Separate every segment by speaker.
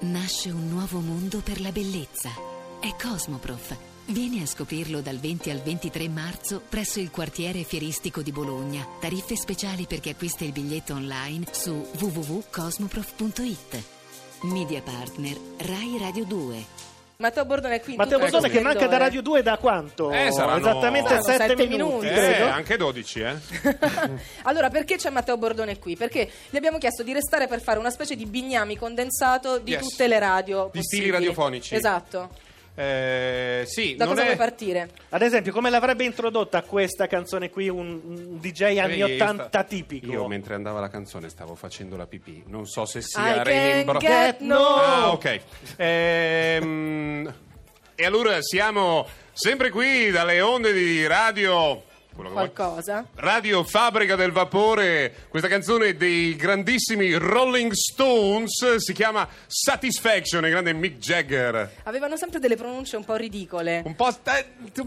Speaker 1: Nasce un nuovo mondo per la bellezza. È Cosmoprof. Vieni a scoprirlo dal 20 al 23 marzo presso il quartiere fieristico di Bologna. Tariffe speciali per chi acquista il biglietto online su www.cosmoprof.it. Media partner Rai Radio 2.
Speaker 2: Matteo Bordone qui.
Speaker 3: Matteo Bordone che manca da Radio 2 da quanto?
Speaker 4: Eh, saranno-
Speaker 3: Esattamente
Speaker 4: Saranno
Speaker 3: 7
Speaker 2: sette
Speaker 3: minuti,
Speaker 2: minuti,
Speaker 4: Eh,
Speaker 3: credo.
Speaker 4: anche 12, eh.
Speaker 2: Allora, perché c'è Matteo Bordone qui? Perché gli abbiamo chiesto di restare per fare una specie di bignami condensato di
Speaker 4: Yes.
Speaker 2: tutte le radio.
Speaker 4: Di stili
Speaker 2: possibili.
Speaker 4: radiofonici.
Speaker 2: Esatto.
Speaker 4: Eh, sì,
Speaker 2: Da
Speaker 4: non
Speaker 2: cosa
Speaker 4: è...
Speaker 2: vuoi partire?
Speaker 3: Ad esempio, come l'avrebbe introdotta questa canzone qui un, un DJ anni
Speaker 4: Eh,
Speaker 3: 80
Speaker 4: sta-
Speaker 3: tipico?
Speaker 4: Io mentre andava la canzone stavo facendo la pipì. Non so se
Speaker 2: I
Speaker 4: sia
Speaker 2: can
Speaker 4: rimbro.
Speaker 2: get no-
Speaker 4: Ah, ok. Ehm, e allora siamo sempre qui dalle onde di radio. quello che vuoi.
Speaker 2: Qualcosa?
Speaker 4: Radio Fabbrica del Vapore, questa canzone dei grandissimi Rolling Stones si chiama Satisfaction, il grande Mick Jagger.
Speaker 2: Avevano sempre delle pronunce un po' ridicole.
Speaker 4: Un po' sta-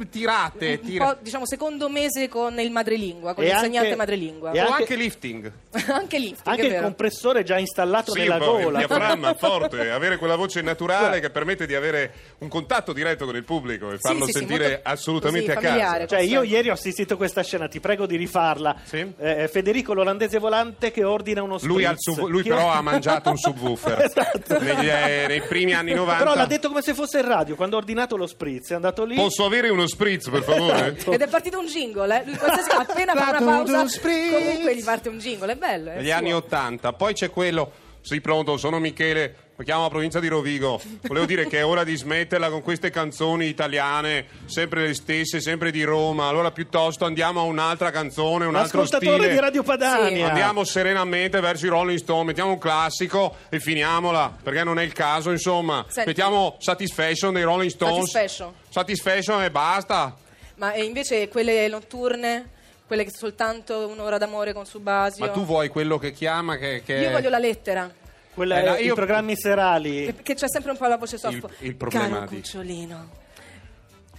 Speaker 4: tirate,
Speaker 2: Un
Speaker 4: tira-
Speaker 2: po', diciamo, secondo mese con il madrelingua, con
Speaker 3: E
Speaker 2: l'insegnante
Speaker 3: anche-
Speaker 2: madrelingua.
Speaker 3: e
Speaker 4: o
Speaker 3: anche-
Speaker 4: anche lifting.
Speaker 2: Anche lì,
Speaker 3: Anche
Speaker 2: è
Speaker 3: il
Speaker 2: vero.
Speaker 3: compressore già installato
Speaker 4: Sì,
Speaker 3: nella
Speaker 4: un po' il
Speaker 3: gola.
Speaker 4: diaframma forte, avere quella voce naturale che permette di avere un contatto diretto con il pubblico e farlo
Speaker 2: sì, sì,
Speaker 4: sentire
Speaker 2: molto
Speaker 4: assolutamente
Speaker 2: così,
Speaker 4: a casa.
Speaker 2: familiare.
Speaker 3: Cioè, io ieri ho assistito a questa scena, ti prego di rifarla.
Speaker 4: Sì.
Speaker 3: Eh, Federico, l'olandese volante che ordina uno spritz.
Speaker 4: Lui, ha il sub- lui
Speaker 3: Chi-
Speaker 4: però ha mangiato un subwoofer negli- eh, nei primi anni 90.
Speaker 3: Esatto. Però l'ha detto come se fosse in radio, quando ha ordinato lo spritz è andato lì.
Speaker 4: Posso avere uno spritz, per favore?
Speaker 2: Ed è partito un jingle, eh? Lui qualsiasi appena fa una pausa, comunque gli parte un jingle, è bello. È
Speaker 4: Negli
Speaker 2: Eh, suo.
Speaker 4: anni 80. Poi c'è quello, sì pronto, sono Michele, mi chiamo la provincia di Rovigo. Volevo dire che è ora di smetterla con queste canzoni italiane, sempre le stesse, sempre di Roma. Allora piuttosto andiamo a un'altra canzone, un altro
Speaker 3: L'ascoltatore
Speaker 4: stile.
Speaker 3: di Radio
Speaker 2: Sì.
Speaker 3: Padania.
Speaker 4: Andiamo serenamente verso i Rolling Stone, mettiamo un classico e finiamola, perché non è il caso, insomma.
Speaker 2: Senti.
Speaker 4: Mettiamo Satisfaction dei Rolling Stones.
Speaker 2: Satisfaction.
Speaker 4: Satisfaction e basta.
Speaker 2: Ma eh, invece quelle notturne, quelle che soltanto un'ora d'amore con Subasio.
Speaker 4: Ma tu vuoi quello che chiama che... che-
Speaker 2: Io voglio la lettera,
Speaker 3: Quella-
Speaker 4: Eh, no,
Speaker 3: I
Speaker 4: io-
Speaker 3: programmi serali.
Speaker 2: che c'è sempre un po' la voce soft.
Speaker 4: Il- il problema
Speaker 2: Caro
Speaker 4: di-
Speaker 2: cucciolino.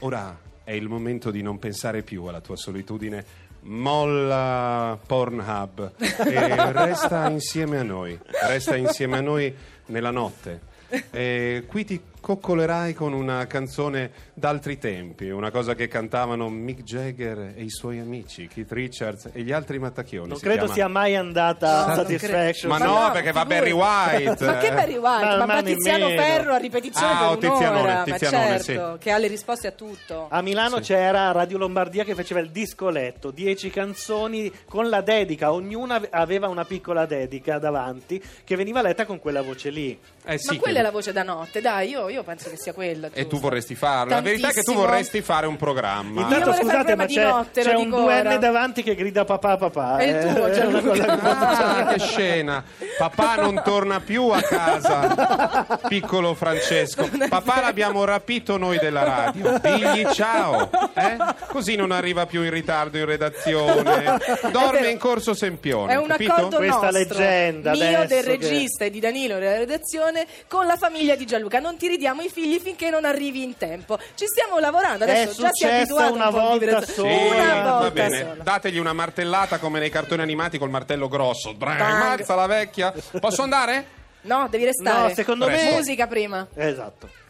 Speaker 4: Ora è il momento di non pensare più alla tua solitudine. Molla Pornhub e resta insieme a noi. Resta insieme a noi nella notte. E qui ti coccolerai con una canzone d'altri tempi, una cosa che cantavano Mick Jagger e i suoi amici, Keith Richards e gli altri mattacchioni.
Speaker 3: Non
Speaker 4: Si
Speaker 3: credo
Speaker 4: chiama-
Speaker 3: sia mai andata
Speaker 2: No, non
Speaker 3: Ah, Satisfaction.
Speaker 4: Ma
Speaker 2: Ma
Speaker 4: no,
Speaker 2: no,
Speaker 4: perché va
Speaker 2: figurati.
Speaker 4: Barry White.
Speaker 2: Ma che
Speaker 4: eh.
Speaker 2: Barry White?
Speaker 3: Ma-
Speaker 2: Ma,
Speaker 3: ma
Speaker 2: Tiziano
Speaker 3: nemmeno.
Speaker 2: Ferro a ripetizione
Speaker 4: Ah, o
Speaker 2: per un'ora,
Speaker 4: Tizianone,
Speaker 2: ma
Speaker 4: Tizianone, Ah,
Speaker 2: certo, che ha le risposte a tutto.
Speaker 3: A Milano c'era Radio Lombardia che faceva il discoletto, 10 canzoni con la dedica, ognuna ave- aveva una piccola dedica davanti che veniva letta con quella voce lì.
Speaker 4: Eh sì,
Speaker 2: ma quella
Speaker 4: che-
Speaker 2: è la voce da notte, dai, io, io penso che sia quella.
Speaker 4: E
Speaker 2: giusto.
Speaker 4: tu vorresti farlo. La verità è che tu
Speaker 2: Tantissimo.
Speaker 4: vorresti fare un programma.
Speaker 2: Io
Speaker 3: Intanto
Speaker 2: vorrei
Speaker 3: scusate,
Speaker 2: fare
Speaker 3: ma
Speaker 2: di
Speaker 3: c'è,
Speaker 2: notte,
Speaker 3: c'è
Speaker 2: lo
Speaker 3: un
Speaker 2: dico
Speaker 3: duenne
Speaker 2: ora.
Speaker 3: davanti che grida papà papà.
Speaker 2: È il
Speaker 3: eh.
Speaker 2: tuo, Gianluca.
Speaker 3: Una cosa che-
Speaker 4: Ah, che scena! Papà non torna più a casa, piccolo Francesco. Papà l'abbiamo rapito noi della radio. Digli ciao, eh? così non arriva più in ritardo in redazione.
Speaker 2: È vero.
Speaker 4: Dorme in corso Sempione.
Speaker 2: È un
Speaker 4: capito?
Speaker 2: accordo
Speaker 3: Questa
Speaker 2: nostro,
Speaker 3: leggenda
Speaker 2: mio
Speaker 3: adesso
Speaker 2: del
Speaker 3: che-
Speaker 2: regista e di Danilo della redazione con la famiglia di Gianluca. Non ti ridiamo i figli finché non arrivi in tempo. Ci stiamo lavorando adesso,
Speaker 3: È
Speaker 2: già si
Speaker 3: successa
Speaker 2: è abituato
Speaker 3: una
Speaker 2: un po' a
Speaker 3: volta
Speaker 2: vivere-
Speaker 3: sola.
Speaker 4: Sì,
Speaker 2: Una
Speaker 3: va
Speaker 2: volta
Speaker 4: va bene.
Speaker 2: sola.
Speaker 4: Dategli una martellata come nei cartoni animati col martello grosso. Brang,
Speaker 2: Bang.
Speaker 4: Mazza la vecchia. Posso andare?
Speaker 2: No, devi restare.
Speaker 3: No, secondo
Speaker 4: me-
Speaker 2: musica prima.
Speaker 3: Esatto.